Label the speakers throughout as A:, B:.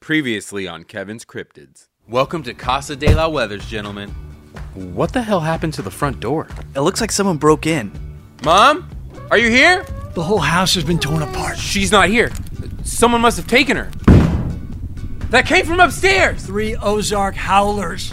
A: Previously on Kevin's Cryptids. Welcome to Casa de la Weathers, gentlemen. What the hell happened to the front door?
B: It looks like someone broke in.
A: Mom? Are you here?
C: The whole house has been torn apart.
A: She's not here. Someone must have taken her. That came from upstairs!
C: Three Ozark howlers.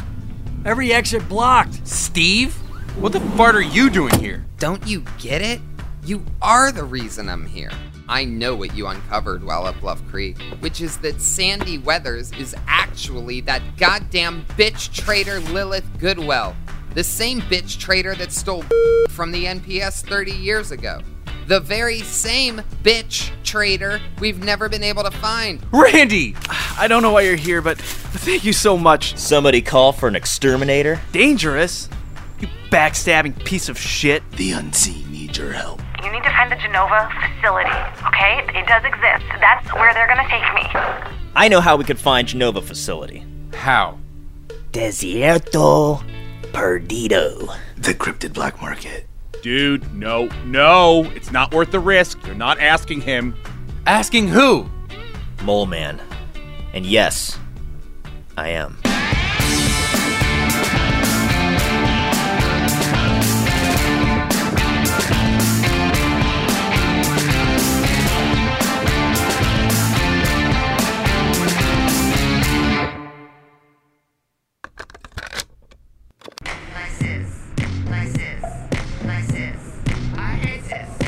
C: Every exit blocked.
A: Steve? What the fart are you doing here?
D: Don't you get it? You are the reason I'm here. I know what you uncovered while at Bluff Creek, which is that Sandy Weathers is actually that goddamn bitch traitor Lilith Goodwell. The same bitch traitor that stole from the NPS 30 years ago. The very same bitch traitor we've never been able to find.
A: Randy!
B: I don't know why you're here, but thank you so much.
E: Somebody call for an exterminator?
B: Dangerous. You backstabbing piece of shit.
F: The unseen need your help.
G: You need to find the Genova facility, okay? It does exist. That's where they're gonna take me.
E: I know how we could find Genova facility.
A: How?
H: Desierto Perdido.
F: The cryptid black market.
I: Dude, no, no, it's not worth the risk. You're not asking him.
A: Asking who?
E: Mole Man. And yes, I am.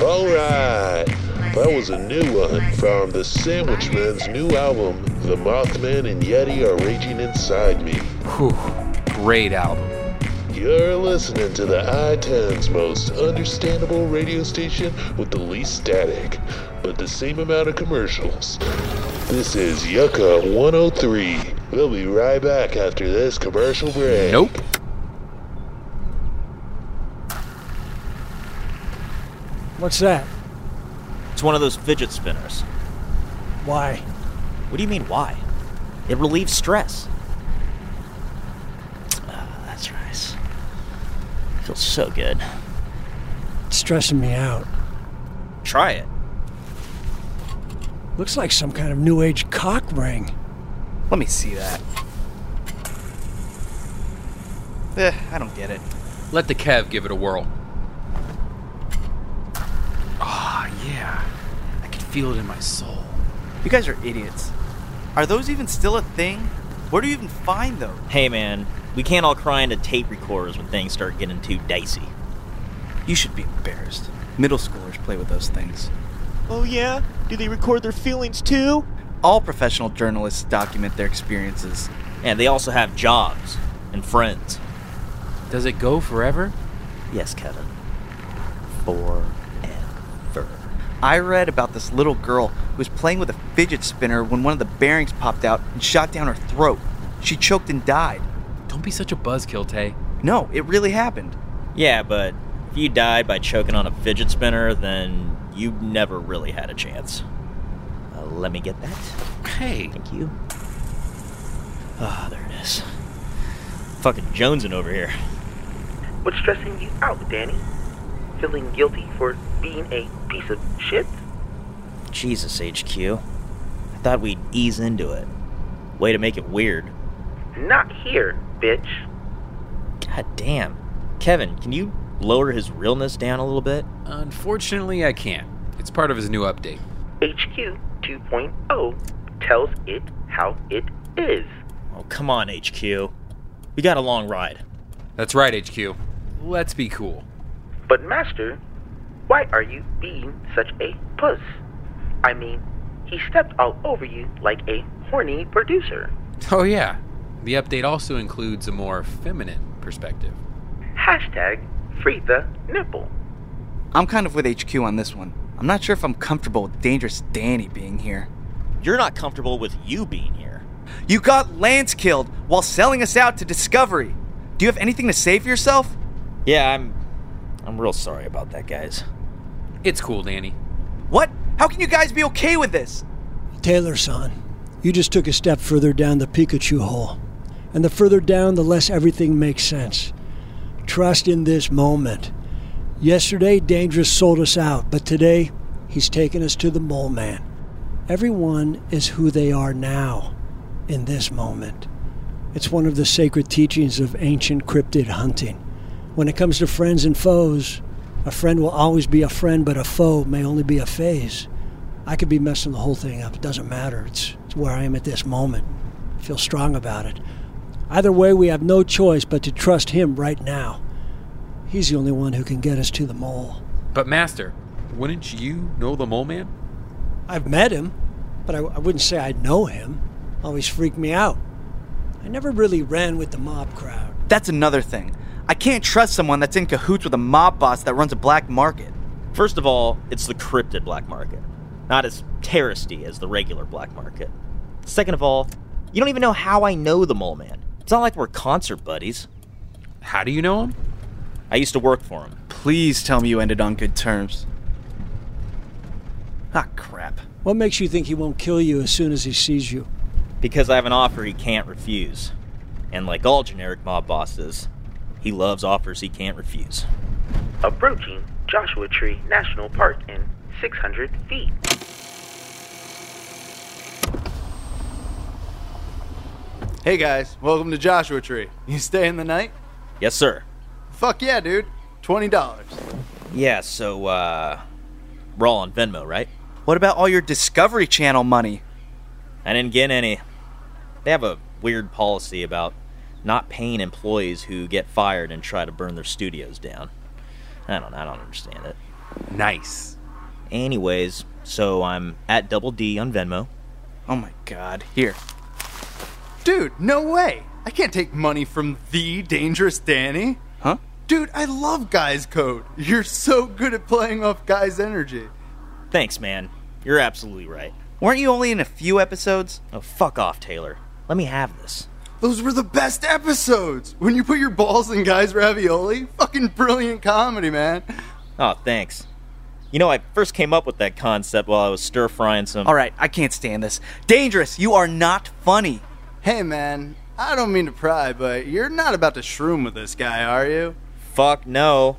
J: All right. That was a new one from the Sandwichman's new album, The Mothman and Yeti Are Raging Inside Me.
A: Whew, great album.
J: You're listening to the iTunes most understandable radio station with the least static, but the same amount of commercials. This is Yucca 103. We'll be right back after this commercial break.
A: Nope.
C: What's that?
E: It's one of those fidget spinners.
C: Why?
E: What do you mean, why? It relieves stress. Ah, that's nice. Feels so good.
C: It's stressing me out.
E: Try it.
C: Looks like some kind of new age cock ring.
B: Let me see that. Eh, I don't get it.
A: Let the Kev give it a whirl. Ah, yeah. I can feel it in my soul.
B: You guys are idiots. Are those even still a thing? Where do you even find those?
E: Hey, man, we can't all cry into tape recorders when things start getting too dicey.
B: You should be embarrassed. Middle schoolers play with those things.
E: Oh, yeah? Do they record their feelings too?
B: All professional journalists document their experiences.
E: And they also have jobs and friends.
A: Does it go forever?
E: Yes, Kevin. Forever.
B: I read about this little girl who was playing with a fidget spinner when one of the bearings popped out and shot down her throat. She choked and died.
A: Don't be such a buzzkill, Tay.
B: No, it really happened.
E: Yeah, but if you died by choking on a fidget spinner, then you never really had a chance. Uh, let me get that.
A: Hey,
E: Thank you. Ah, there it is. Fucking Jonesing over here.
K: What's stressing you out, Danny? Feeling guilty for being a piece of shit?
E: Jesus, HQ. I thought we'd ease into it. Way to make it weird.
K: Not here, bitch.
E: God damn. Kevin, can you lower his realness down a little bit?
A: unfortunately, I can't. It's part of his new update.
K: HQ 2.0 tells it how it is.
E: Oh, come on, HQ. We got a long ride.
A: That's right, HQ. Let's be cool.
K: But, Master, why are you being such a puss? I mean, he stepped all over you like a horny producer.
A: Oh, yeah. The update also includes a more feminine perspective.
K: Hashtag free the nipple.
B: I'm kind of with HQ on this one. I'm not sure if I'm comfortable with Dangerous Danny being here.
E: You're not comfortable with you being here.
B: You got Lance killed while selling us out to Discovery. Do you have anything to say for yourself?
E: Yeah, I'm. I'm real sorry about that, guys.
A: It's cool, Danny.
B: What? How can you guys be okay with this?
C: Taylor son, you just took a step further down the Pikachu hole. And the further down, the less everything makes sense. Trust in this moment. Yesterday, Dangerous sold us out, but today, he's taken us to the mole man. Everyone is who they are now. in this moment. It's one of the sacred teachings of ancient cryptid hunting. When it comes to friends and foes, a friend will always be a friend, but a foe may only be a phase. I could be messing the whole thing up. It doesn't matter. It's, it's where I am at this moment. I feel strong about it. Either way, we have no choice but to trust him right now. He's the only one who can get us to the mole.
A: But, Master, wouldn't you know the mole man?
C: I've met him, but I, I wouldn't say I know him. Always freaked me out. I never really ran with the mob crowd.
B: That's another thing. I can't trust someone that's in cahoots with a mob boss that runs a black market.
E: First of all, it's the cryptid black market, not as terroristy as the regular black market. Second of all, you don't even know how I know the mole man. It's not like we're concert buddies.
A: How do you know him?
E: I used to work for him.
B: Please tell me you ended on good terms. Ah, crap.
C: What makes you think he won't kill you as soon as he sees you?
E: Because I have an offer he can't refuse. And like all generic mob bosses, he loves offers he can't refuse.
K: Approaching Joshua Tree National Park in 600 feet.
L: Hey guys, welcome to Joshua Tree. You staying the night?
E: Yes, sir.
L: Fuck yeah, dude. $20.
E: Yeah, so, uh, we're all on Venmo, right?
B: What about all your Discovery Channel money?
E: I didn't get any. They have a weird policy about not paying employees who get fired and try to burn their studios down. I don't I don't understand it.
A: Nice.
E: Anyways, so I'm at Double D on Venmo.
B: Oh my god.
L: Here. Dude, no way. I can't take money from the dangerous Danny.
B: Huh?
L: Dude, I love guys code. You're so good at playing off guys energy.
E: Thanks, man. You're absolutely right.
B: Weren't you only in a few episodes?
E: Oh, fuck off, Taylor. Let me have this.
L: Those were the best episodes. When you put your balls in guys ravioli, fucking brilliant comedy, man.
E: Oh, thanks. You know, I first came up with that concept while I was stir frying some.
B: All right, I can't stand this. Dangerous, you are not funny.
L: Hey, man, I don't mean to pry, but you're not about to shroom with this guy, are you?
E: Fuck no.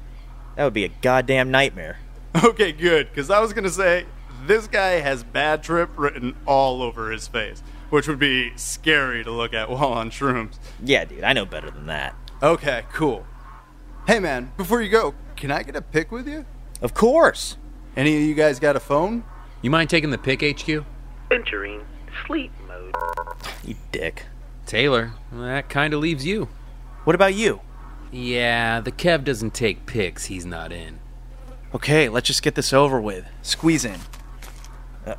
E: That would be a goddamn nightmare.
L: Okay, good, because I was going to say this guy has bad trip written all over his face which would be scary to look at while on shrooms.
E: Yeah, dude, I know better than that.
L: Okay, cool. Hey, man, before you go, can I get a pic with you?
E: Of course.
L: Any of you guys got a phone?
A: You mind taking the pic, HQ?
K: Entering sleep mode.
E: You dick.
A: Taylor, that kind of leaves you.
B: What about you?
A: Yeah, the Kev doesn't take pics he's not in.
B: Okay, let's just get this over with. Squeeze in.
E: Uh,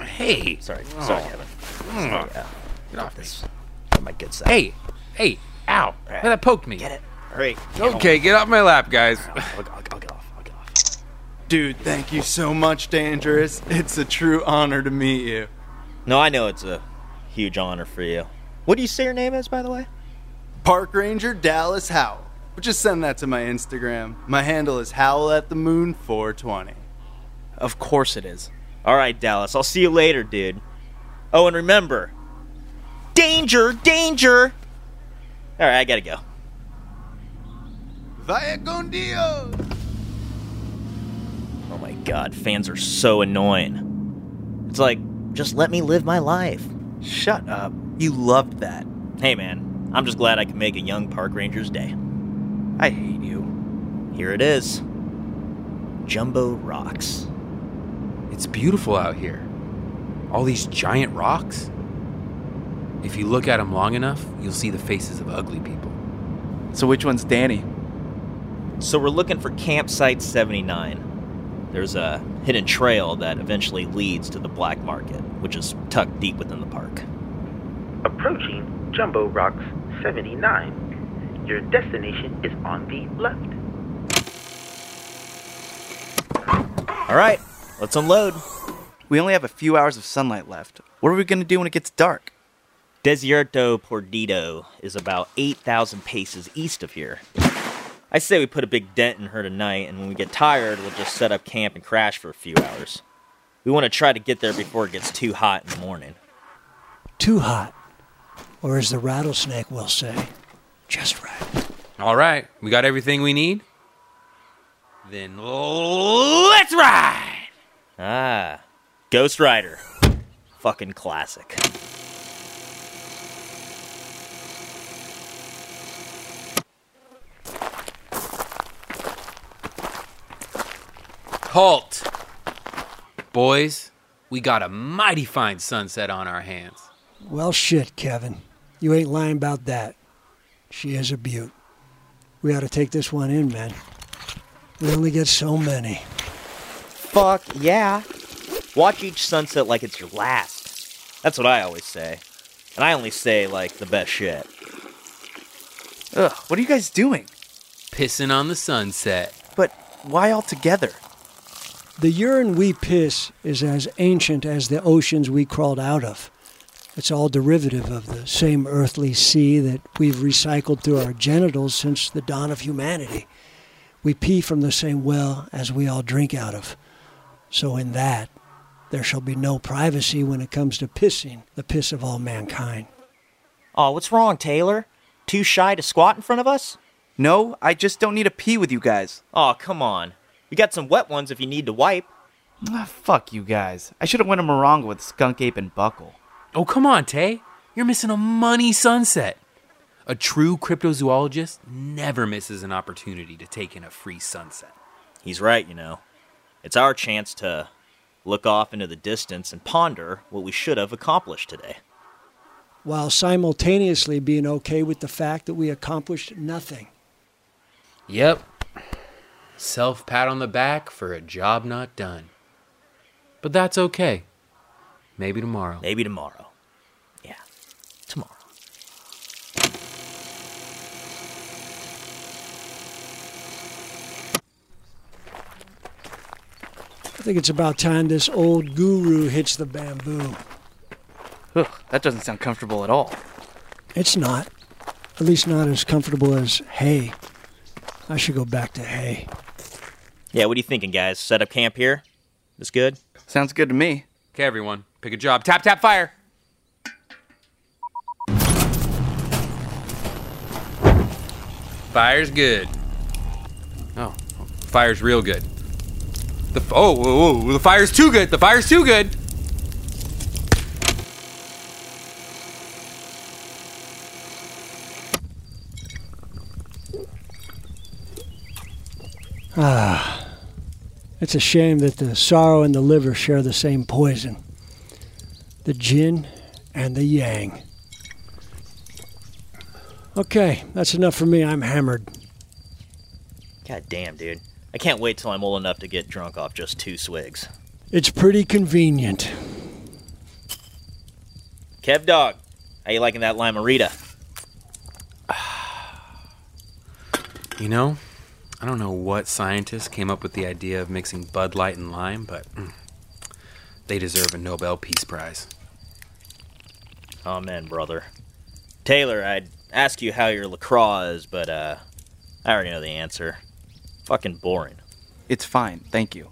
A: Hey.
E: Sorry. Oh. Sorry, Kevin. Mm. Yeah.
A: Get off this.
E: Get my good side.
A: Hey. Hey. Ow. Right. That poked me.
E: Get it. Hurry.
A: Get okay, on. get off my lap, guys.
E: I'll, I'll, I'll, get off. I'll get off.
L: Dude, thank you so much, Dangerous. It's a true honor to meet you.
E: No, I know it's a huge honor for you. What do you say your name is, by the way?
L: Park Ranger Dallas Howell. But just send that to my Instagram. My handle is Howl at the Moon 420.
B: Of course it is.
E: All right, Dallas. I'll see you later, dude. Oh, and remember danger, danger. All right, I gotta go.
L: Vaya con Dios.
E: Oh my god, fans are so annoying. It's like, just let me live my life.
B: Shut up. You loved that.
E: Hey, man. I'm just glad I could make a young park ranger's day.
B: I hate you.
E: Here it is Jumbo Rocks.
A: It's beautiful out here. All these giant rocks. If you look at them long enough, you'll see the faces of ugly people.
B: So, which one's Danny?
E: So, we're looking for Campsite 79. There's a hidden trail that eventually leads to the black market, which is tucked deep within the park.
K: Approaching Jumbo Rocks 79. Your destination is on the left.
E: All right, Let's unload.
B: We only have a few hours of sunlight left. What are we going to do when it gets dark?
E: Desierto Perdido is about 8,000 paces east of here. I say we put a big dent in her tonight, and when we get tired, we'll just set up camp and crash for a few hours. We want to try to get there before it gets too hot in the morning.
C: Too hot. Or as the rattlesnake will say, just right.
A: All right, we got everything we need? Then let's ride!
E: Ah, Ghost Rider. Fucking classic.
A: Halt! Boys, we got a mighty fine sunset on our hands.
C: Well, shit, Kevin. You ain't lying about that. She is a beaut. We ought to take this one in, man. We only get so many.
E: Fuck yeah. Watch each sunset like it's your last. That's what I always say. And I only say, like, the best shit.
B: Ugh, what are you guys doing?
A: Pissing on the sunset.
B: But why all together?
C: The urine we piss is as ancient as the oceans we crawled out of. It's all derivative of the same earthly sea that we've recycled through our genitals since the dawn of humanity. We pee from the same well as we all drink out of. So, in that, there shall be no privacy when it comes to pissing, the piss of all mankind.
E: Oh, what's wrong, Taylor? Too shy to squat in front of us?
B: No, I just don't need to pee with you guys.
E: Oh, come on. We got some wet ones if you need to wipe.
B: Ah, fuck you guys. I should have went a moronga with Skunk Ape and Buckle.
A: Oh, come on, Tay. You're missing a money sunset. A true cryptozoologist never misses an opportunity to take in a free sunset.
E: He's right, you know. It's our chance to look off into the distance and ponder what we should have accomplished today.
C: While simultaneously being okay with the fact that we accomplished nothing.
A: Yep. Self pat on the back for a job not done. But that's okay. Maybe tomorrow.
E: Maybe tomorrow. Yeah, tomorrow.
C: I think it's about time this old guru hits the bamboo.
B: Ugh, that doesn't sound comfortable at all.
C: It's not. At least not as comfortable as hay. I should go back to hay.
E: Yeah, what are you thinking, guys? Set up camp here? This good?
B: Sounds good to me.
A: Okay, everyone, pick a job. Tap, tap, fire. Fire's good. Oh, fire's real good. The f- oh, oh, oh, the fire's too good. The fire's too good.
C: Ah, it's a shame that the sorrow and the liver share the same poison the gin and the yang. Okay, that's enough for me. I'm hammered.
E: God damn, dude. I can't wait till I'm old enough to get drunk off just two swigs.
C: It's pretty convenient.
E: Kev Dog, how you liking that limerita?
A: You know, I don't know what scientist came up with the idea of mixing Bud Light and lime, but mm, they deserve a Nobel Peace Prize.
E: Amen, brother. Taylor, I'd ask you how your lacrosse is, but uh, I already know the answer. Fucking boring.
B: It's fine, thank you.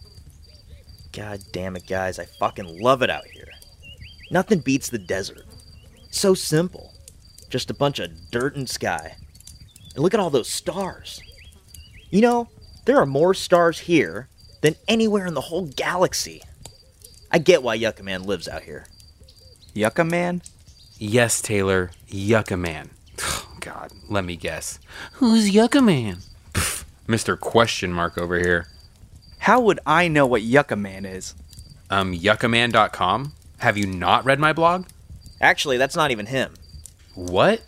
E: God damn it, guys. I fucking love it out here. Nothing beats the desert. So simple. Just a bunch of dirt and sky. And look at all those stars. You know, there are more stars here than anywhere in the whole galaxy. I get why Yucca Man lives out here.
B: Yucca Man?
A: Yes, Taylor, Yucca Man. God, let me guess. Who's Yucca Man? Pff, Mr. Question Mark over here.
B: How would I know what Yucca Man is?
A: Um, yuccaman.com? Have you not read my blog?
E: Actually, that's not even him.
A: What?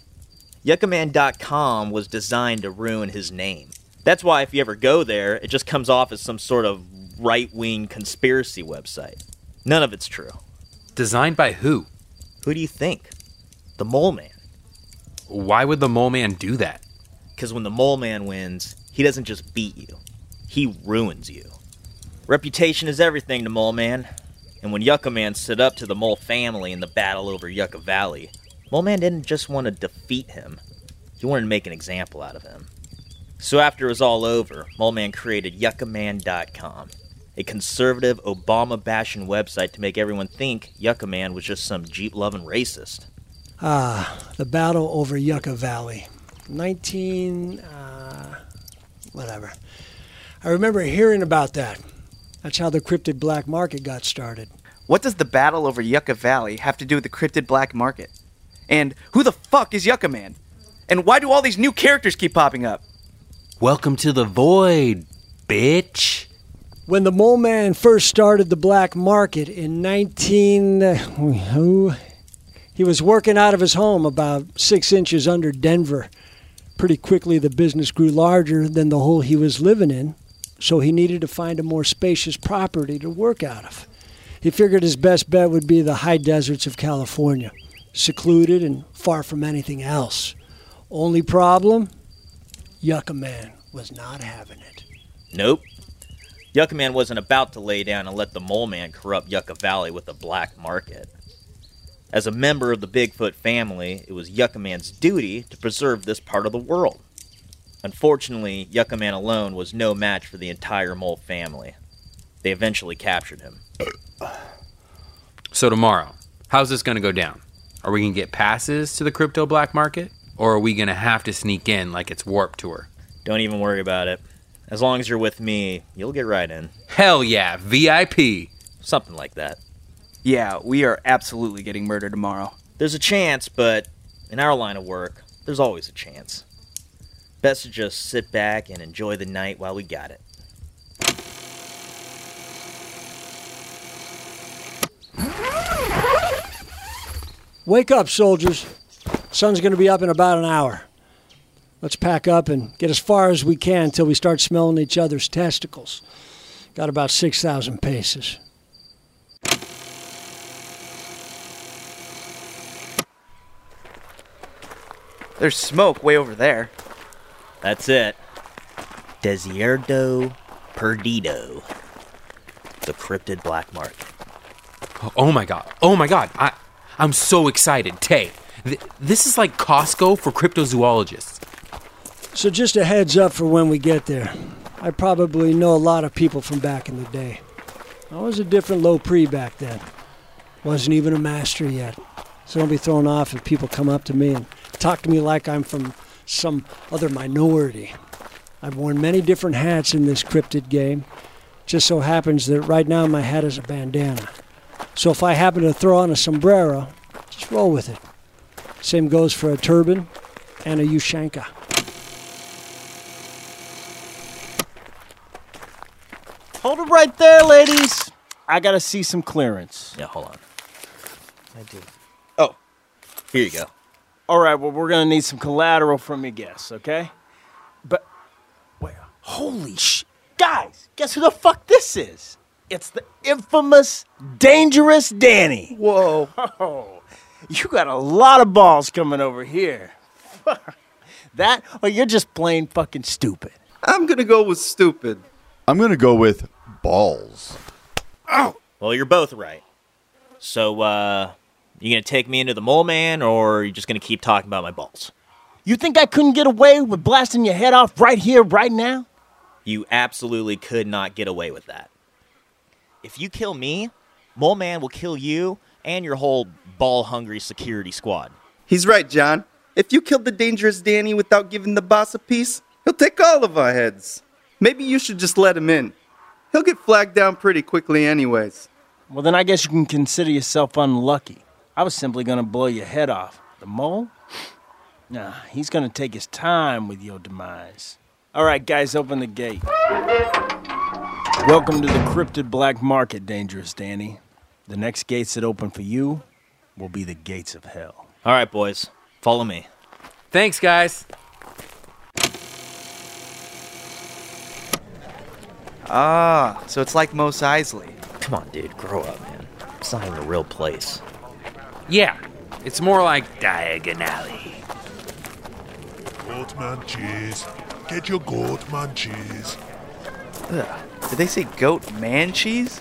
E: Yuccaman.com was designed to ruin his name. That's why if you ever go there, it just comes off as some sort of right wing conspiracy website. None of it's true.
A: Designed by who?
E: Who do you think? The Mole Man.
A: Why would the Mole Man do that?
E: Because when the Mole Man wins, he doesn't just beat you, he ruins you. Reputation is everything to Mole Man. And when Yucca Man stood up to the Mole family in the battle over Yucca Valley, Mole Man didn't just want to defeat him, he wanted to make an example out of him. So after it was all over, Mole Man created YuccaMan.com, a conservative, Obama bashing website to make everyone think Yucca Man was just some Jeep loving racist.
C: Ah, the battle over Yucca Valley. 19. Uh, whatever. I remember hearing about that. That's how the cryptid black market got started.
B: What does the battle over Yucca Valley have to do with the cryptid black market? And who the fuck is Yucca Man? And why do all these new characters keep popping up?
A: Welcome to the void, bitch.
C: When the mole man first started the black market in 19. Who? He was working out of his home about six inches under Denver. Pretty quickly, the business grew larger than the hole he was living in, so he needed to find a more spacious property to work out of. He figured his best bet would be the high deserts of California, secluded and far from anything else. Only problem? Yucca Man was not having it.
E: Nope. Yucca Man wasn't about to lay down and let the Mole Man corrupt Yucca Valley with a black market. As a member of the Bigfoot family, it was Yucca Man's duty to preserve this part of the world. Unfortunately, Yucca Man alone was no match for the entire Mole family. They eventually captured him.
A: So tomorrow, how's this going to go down? Are we going to get passes to the crypto black market, or are we going to have to sneak in like it's warp tour?
E: Don't even worry about it. As long as you're with me, you'll get right in.
A: Hell yeah, VIP.
E: Something like that.
B: Yeah, we are absolutely getting murdered tomorrow.
E: There's a chance, but in our line of work, there's always a chance. Best to just sit back and enjoy the night while we got it.
C: Wake up, soldiers. Sun's going to be up in about an hour. Let's pack up and get as far as we can until we start smelling each other's testicles. Got about 6,000 paces.
B: There's smoke way over there.
E: That's it. Desierto Perdido. The cryptid black market.
A: Oh my god. Oh my god. I I'm so excited. Tay, th- this is like Costco for cryptozoologists.
C: So, just a heads up for when we get there. I probably know a lot of people from back in the day. I was a different low pre back then. Wasn't even a master yet. So, don't be thrown off if people come up to me and talk to me like I'm from some other minority. I've worn many different hats in this cryptid game. Just so happens that right now my hat is a bandana. So if I happen to throw on a sombrero, just roll with it. Same goes for a turban and a Ushanka.
M: Hold it right there, ladies. I gotta see some clearance.
E: Yeah, hold on. I do.
M: Oh,
E: here you go.
M: All right, well, we're gonna need some collateral from your guests, okay? But, wait, holy sh. Guys, guess who the fuck this is? It's the infamous Dangerous Danny.
B: Whoa.
M: Oh, you got a lot of balls coming over here. that, or you're just plain fucking stupid.
B: I'm gonna go with stupid.
N: I'm going to go with balls.
E: Well, you're both right. So, uh, you gonna take me into the mole man, or you just gonna keep talking about my balls?
M: You think I couldn't get away with blasting your head off right here, right now?
E: You absolutely could not get away with that. If you kill me, mole man will kill you and your whole ball hungry security squad.
B: He's right, John. If you killed the dangerous Danny without giving the boss a piece, he'll take all of our heads. Maybe you should just let him in. He'll get flagged down pretty quickly, anyways.
M: Well, then I guess you can consider yourself unlucky. I was simply gonna blow your head off. The mole? Nah, he's gonna take his time with your demise. All right, guys, open the gate. Welcome to the cryptid black market, Dangerous Danny. The next gates that open for you will be the gates of hell.
E: All right, boys, follow me.
A: Thanks, guys.
B: Ah, so it's like Mos Eisley.
E: Come on, dude, grow up, man. It's not even a real place.
A: Yeah, it's more like Diagon Alley.
J: Goatman cheese. Get your Goatman cheese.
B: Ugh. Did they say goat man cheese?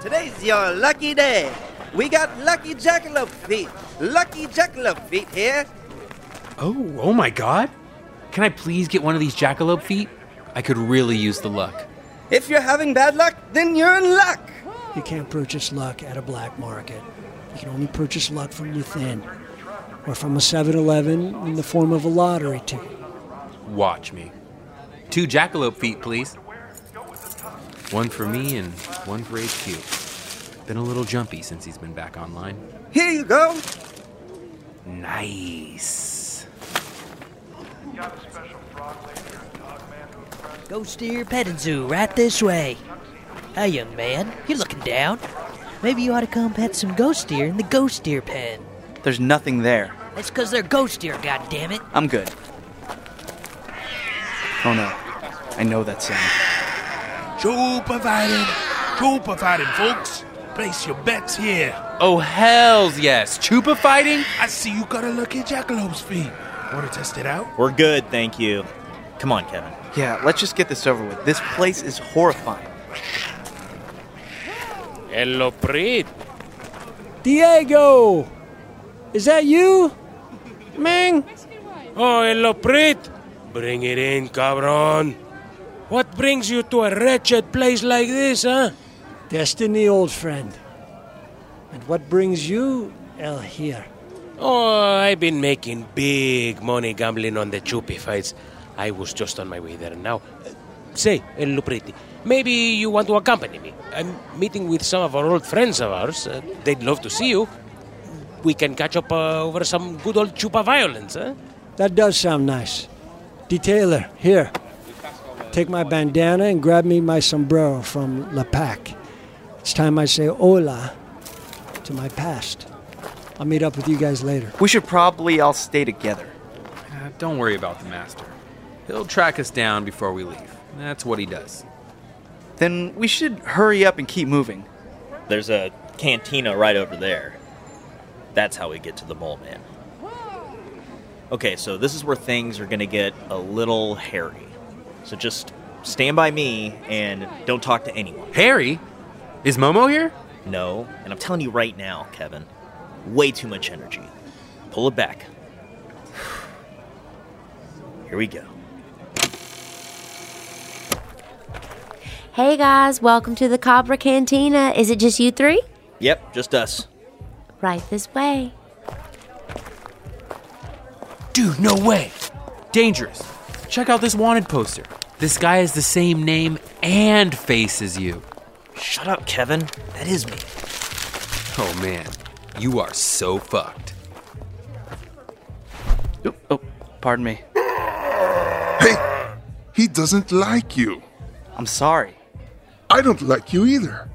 O: Today's your lucky day. We got lucky jackalope feet. Lucky jackalope feet here.
A: Oh, oh my god. Can I please get one of these jackalope feet? I could really use the luck.
O: If you're having bad luck, then you're in luck.
C: You can't purchase luck at a black market. You can only purchase luck from within, or from a 7 Eleven in the form of a lottery ticket.
A: Watch me. Two jackalope feet, please. One for me and one for HQ. Been a little jumpy since he's been back online.
O: Here you go.
A: Nice.
P: Go steer Pet and Zoo right this way. Hi, young man. You're looking down. Maybe you ought to come pet some ghost deer in the ghost deer pen.
B: There's nothing there.
P: That's because they're ghost deer, goddammit.
B: I'm good. Oh no. I know that sound.
Q: Joe provided. Joe provided, folks. Place your bets here.
A: Oh, hells yes. Chupa fighting?
Q: I see you got a lucky jackalopes feet. Want to test it out?
E: We're good, thank you. Come on, Kevin.
B: Yeah, let's just get this over with. This place is horrifying.
C: Hello, Prit.
R: Diego! Is that you? Mang?
C: Oh, hello, Prit. Bring it in, cabron. What brings you to a wretched place like this, huh?
R: Destiny, old friend. And what brings you, El, here?
C: Oh, I've been making big money gambling on the Chupi fights. I was just on my way there now. Uh, say, El Lupriti, maybe you want to accompany me. I'm meeting with some of our old friends of ours. Uh, they'd love to see you. We can catch up uh, over some good old Chupa violence, huh?
R: That does sound nice. Detailer, here. Take my bandana and grab me my sombrero from La Pac. It's time I say hola to my past. I'll meet up with you guys later.
B: We should probably all stay together.
A: Uh, don't worry about the master. He'll track us down before we leave. That's what he does.
B: Then we should hurry up and keep moving.
E: There's a cantina right over there. That's how we get to the mole man. Okay, so this is where things are going to get a little hairy. So just stand by me and don't talk to anyone.
A: Harry? Is Momo here?
E: No, and I'm telling you right now, Kevin, way too much energy. Pull it back. Here we go.
S: Hey guys, welcome to the Cobra Cantina. Is it just you three?
E: Yep, just us.
S: Right this way.
A: Dude, no way. Dangerous. Check out this wanted poster. This guy has the same name and face as you.
E: Shut up, Kevin. That is me.
A: Oh man, you are so fucked.
B: Oh, oh, pardon me.
T: Hey, he doesn't like you.
B: I'm sorry.
T: I don't like you either.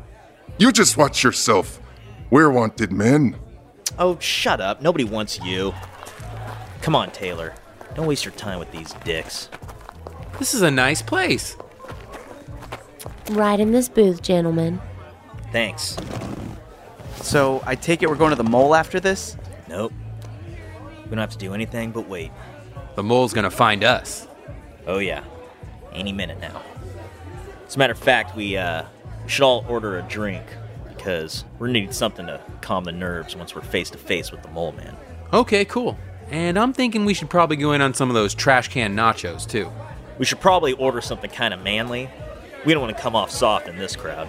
T: You just watch yourself. We're wanted men.
E: Oh, shut up. Nobody wants you. Come on, Taylor. Don't waste your time with these dicks.
A: This is a nice place.
S: Right in this booth, gentlemen.
E: Thanks.
B: So I take it we're going to the mole after this?
E: Nope. We don't have to do anything but wait.
A: The mole's gonna find us.
E: Oh, yeah. Any minute now. As a matter of fact, we uh, should all order a drink because we're needing something to calm the nerves once we're face to face with the mole man.
A: Okay, cool. And I'm thinking we should probably go in on some of those trash can nachos, too.
E: We should probably order something kind of manly. We don't want to come off soft in this crowd.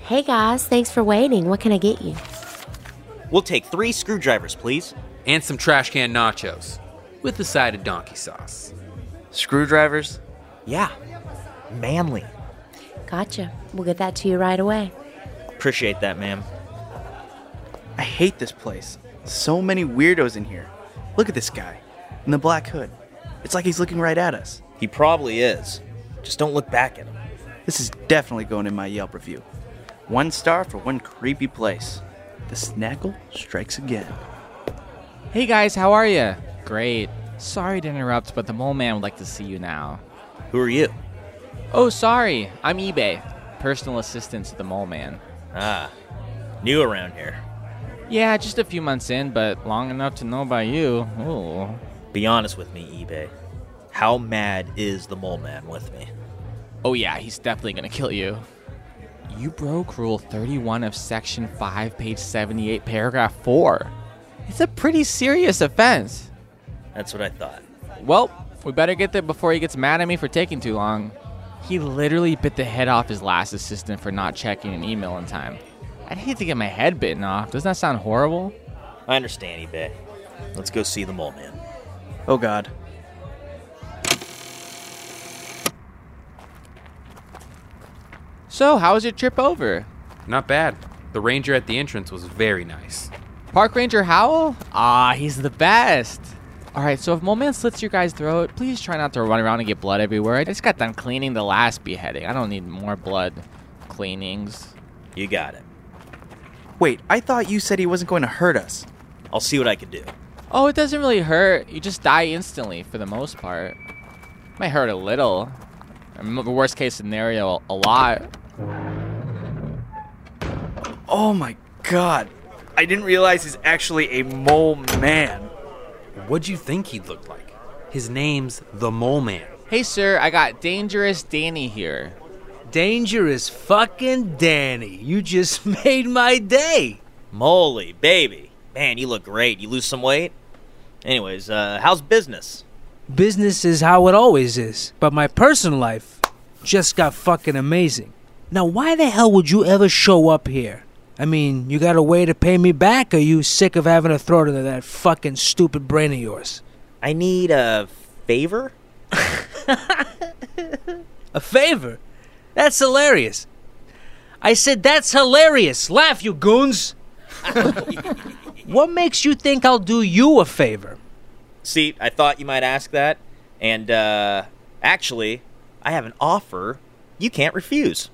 S: Hey guys, thanks for waiting. What can I get you?
E: We'll take three screwdrivers, please.
A: And some trash can nachos with a side of donkey sauce.
B: Screwdrivers?
E: Yeah, manly.
S: Gotcha. We'll get that to you right away.
E: Appreciate that, ma'am.
B: I hate this place. So many weirdos in here. Look at this guy in the black hood. It's like he's looking right at us.
E: He probably is. Just don't look back at him.
B: This is definitely going in my Yelp review. One star for one creepy place. The snackle strikes again.
J: Hey guys, how are you? Great. Sorry to interrupt, but the mole man would like to see you now.
E: Who are you?
J: Oh, sorry. I'm eBay, personal assistant to the mole man.
E: Ah, new around here.
J: Yeah, just a few months in, but long enough to know about you. Ooh.
E: Be honest with me, eBay. How mad is the mole man with me?
J: Oh, yeah, he's definitely gonna kill you. You broke Rule 31 of Section 5, page 78, paragraph 4. It's a pretty serious offense.
E: That's what I thought.
J: Well, we better get there before he gets mad at me for taking too long. He literally bit the head off his last assistant for not checking an email in time. I'd hate to get my head bitten off. Doesn't that sound horrible?
E: I understand, eBay. Let's go see the mole man.
B: Oh, God.
J: So, how was your trip over?
A: Not bad. The ranger at the entrance was very nice.
J: Park Ranger Howell? Ah, he's the best.
T: All right, so if Mole Man slits your guy's throat, please try not to run around and get blood everywhere. I just got done cleaning the last beheading. I don't need more blood cleanings.
E: You got it.
B: Wait, I thought you said he wasn't going to hurt us.
E: I'll see what I can do.
T: Oh, it doesn't really hurt. You just die instantly for the most part. Might hurt a little. I mean, the worst case scenario, a lot.
B: Oh my god. I didn't realize he's actually a mole man.
A: What'd you think he'd look like? His name's the Mole Man.
T: Hey, sir, I got Dangerous Danny here.
C: Dangerous fucking Danny. You just made my day.
E: Moly, baby. Man, you look great. You lose some weight? Anyways, uh, how's business?
C: Business is how it always is, but my personal life just got fucking amazing. Now, why the hell would you ever show up here? I mean, you got a way to pay me back, or you sick of having a throat into that fucking stupid brain of yours?
E: I need a favor?
C: A favor? That's hilarious. I said, that's hilarious. Laugh, you goons. what makes you think I'll do you a favor?
E: See, I thought you might ask that. And, uh, actually, I have an offer you can't refuse.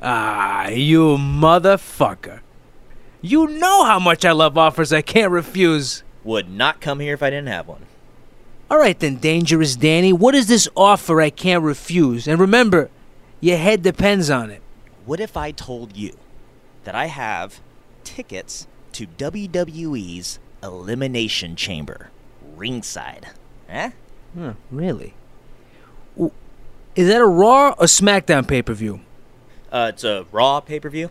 C: Ah, you motherfucker. You know how much I love offers I can't refuse.
E: Would not come here if I didn't have one.
C: All right then, Dangerous Danny, what is this offer I can't refuse? And remember, your head depends on it.
E: What if I told you that I have tickets to WWE's Elimination Chamber, ringside? Eh?
C: Hmm, really? W- Is that a Raw or SmackDown pay per view?
E: Uh, it's a Raw pay per view.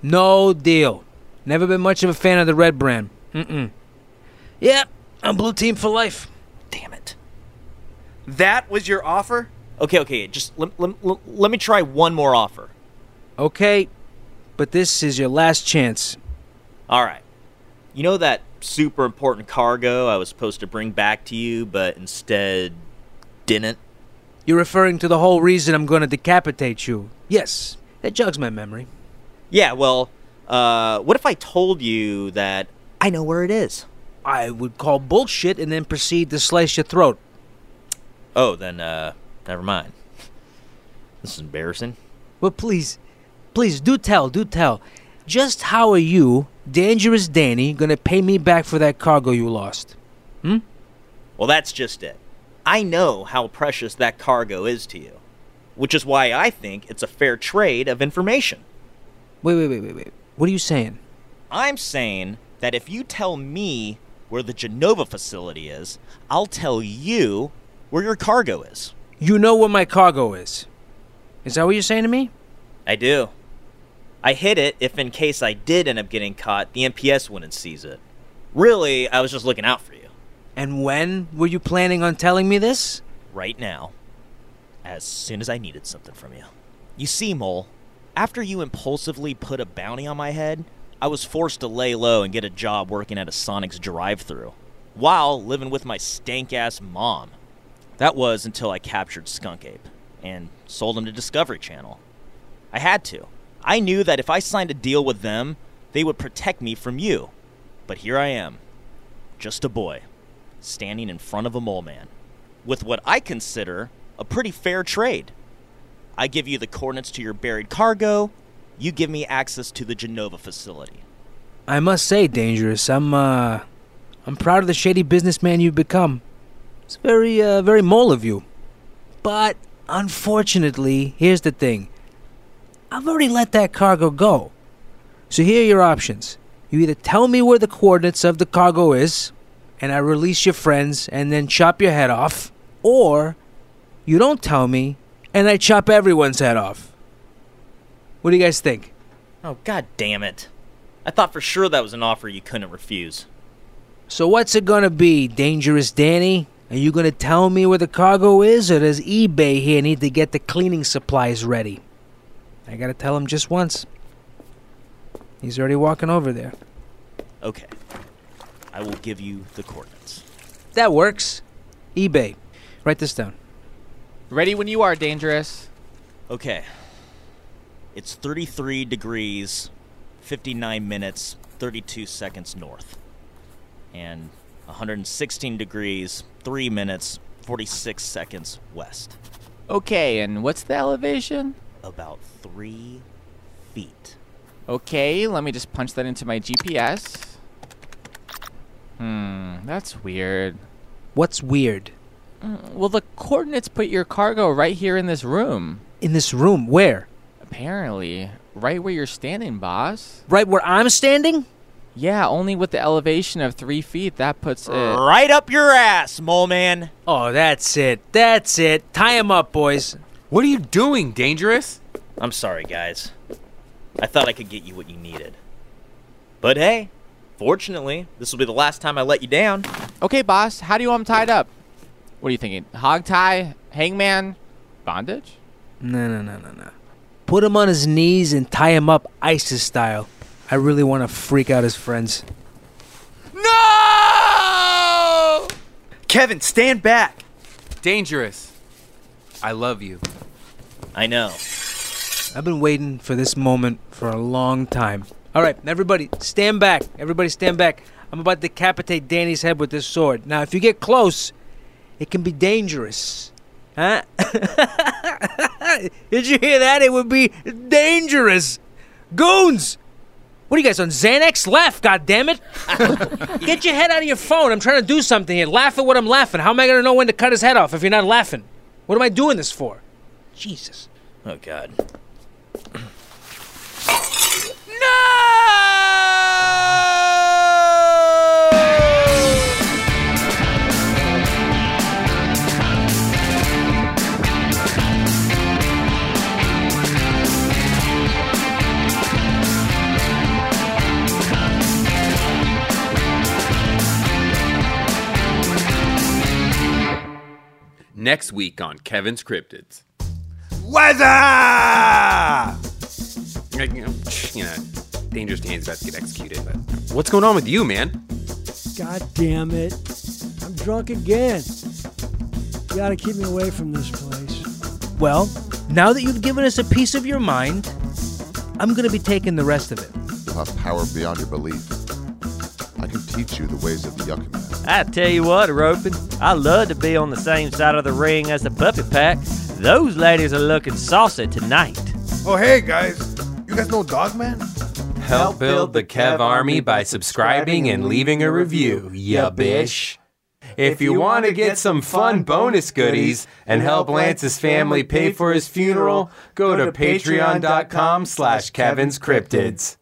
C: No deal. Never been much of a fan of the red brand. Mm-mm. Yep, I'm blue team for life.
B: That was your offer?
E: Okay, okay, just let, let, let me try one more offer.
C: Okay, but this is your last chance.
E: All right. You know that super important cargo I was supposed to bring back to you, but instead didn't?
C: You're referring to the whole reason I'm going to decapitate you. Yes, that jogs my memory.
E: Yeah, well, uh, what if I told you that I know where it is?
C: I would call bullshit and then proceed to slice your throat.
E: Oh, then, uh, never mind. This is embarrassing.
C: But please, please do tell, do tell. Just how are you, Dangerous Danny, going to pay me back for that cargo you lost?
E: Well, that's just it. I know how precious that cargo is to you, which is why I think it's a fair trade of information.
C: Wait, wait, wait, wait, wait. What are you saying?
E: I'm saying that if you tell me where the Genova facility is, I'll tell you where your cargo is.
C: You know where my cargo is. Is that what you're saying to me?
E: I do. I hid it if, in case I did end up getting caught, the NPS wouldn't seize it. Really, I was just looking out for you
C: And when were you planning on telling me this?
E: right now, as soon as I needed something from you. You see, Mole, after you impulsively put a bounty on my head, I was forced to lay low and get a job working at a Sonic's drive thru while living with my stank ass mom. That was until I captured Skunk Ape and sold him to Discovery Channel. I had to. I knew that if I signed a deal with them, they would protect me from you. But here I am, just a boy, standing in front of a mole man, with what I consider a pretty fair trade. I give you the coordinates to your buried cargo, you give me access to the Genova facility.
C: I must say, Dangerous, I'm, uh. I'm proud of the shady businessman you've become. It's very, uh, very mole of you. But, unfortunately, here's the thing I've already let that cargo go. So here are your options. You either tell me where the coordinates of the cargo is, and I release your friends and then chop your head off, or you don't tell me and I chop everyone's head off. What do you guys think?
E: Oh, god damn it. I thought for sure that was an offer you couldn't refuse.
C: So what's it gonna be, Dangerous Danny? Are you gonna tell me where the cargo is, or does eBay here need to get the cleaning supplies ready? I gotta tell him just once. He's already walking over there.
E: Okay. I will give you the coordinates.
C: That works. eBay. Write this down.
T: Ready when you are, Dangerous.
E: Okay. It's 33 degrees, 59 minutes, 32 seconds north. And 116 degrees, 3 minutes, 46 seconds west.
T: Okay, and what's the elevation?
E: About 3 feet.
T: Okay, let me just punch that into my GPS. Hmm, that's weird.
C: What's weird?
T: Mm, Well, the coordinates put your cargo right here in this room.
C: In this room, where?
T: Apparently, right where you're standing, boss.
C: Right where I'm standing?
T: Yeah, only with the elevation of three feet, that
E: Eh.
T: puts it.
E: Right up your ass, mole man.
C: Oh, that's it. That's it. Tie him up, boys.
A: What are you doing, Dangerous?
E: I'm sorry, guys. I thought I could get you what you needed. But hey, fortunately, this will be the last time I let you down.
T: Okay, boss, how do you want him tied up? What are you thinking? Hog tie? Hangman? Bondage?
C: No, no, no, no, no. Put him on his knees and tie him up ISIS style. I really want to freak out his friends.
A: Kevin, stand back. Dangerous. I love you.
E: I know.
C: I've been waiting for this moment for a long time. All right, everybody, stand back. Everybody, stand back. I'm about to decapitate Danny's head with this sword. Now, if you get close, it can be dangerous. Huh? Did you hear that? It would be dangerous. Goons! What are you guys on Xanax? Laugh, goddammit! Get your head out of your phone. I'm trying to do something here. Laugh at what I'm laughing. How am I going to know when to cut his head off if you're not laughing? What am I doing this for? Jesus.
E: Oh, God.
A: Next week on Kevin's Cryptids.
U: Weather!
A: Like, You know, you know, Dangerous Danny's about to get executed, but what's going on with you, man?
V: God damn it. I'm drunk again. You gotta keep me away from this place.
C: Well, now that you've given us a piece of your mind, I'm going to be taking the rest of it.
J: You'll have power beyond your belief. I can teach you the ways of the Yucca Man.
W: I tell you what, Ropin, I love to be on the same side of the ring as the puppet pack. Those ladies are looking saucy tonight.
U: Oh, hey, guys. You guys know Dogman?
A: Help build the Kev Army by subscribing and leaving a review, ya bish. If you want to get some fun bonus goodies and help Lance's family pay for his funeral, go to patreon.com slash Kevin's Cryptids.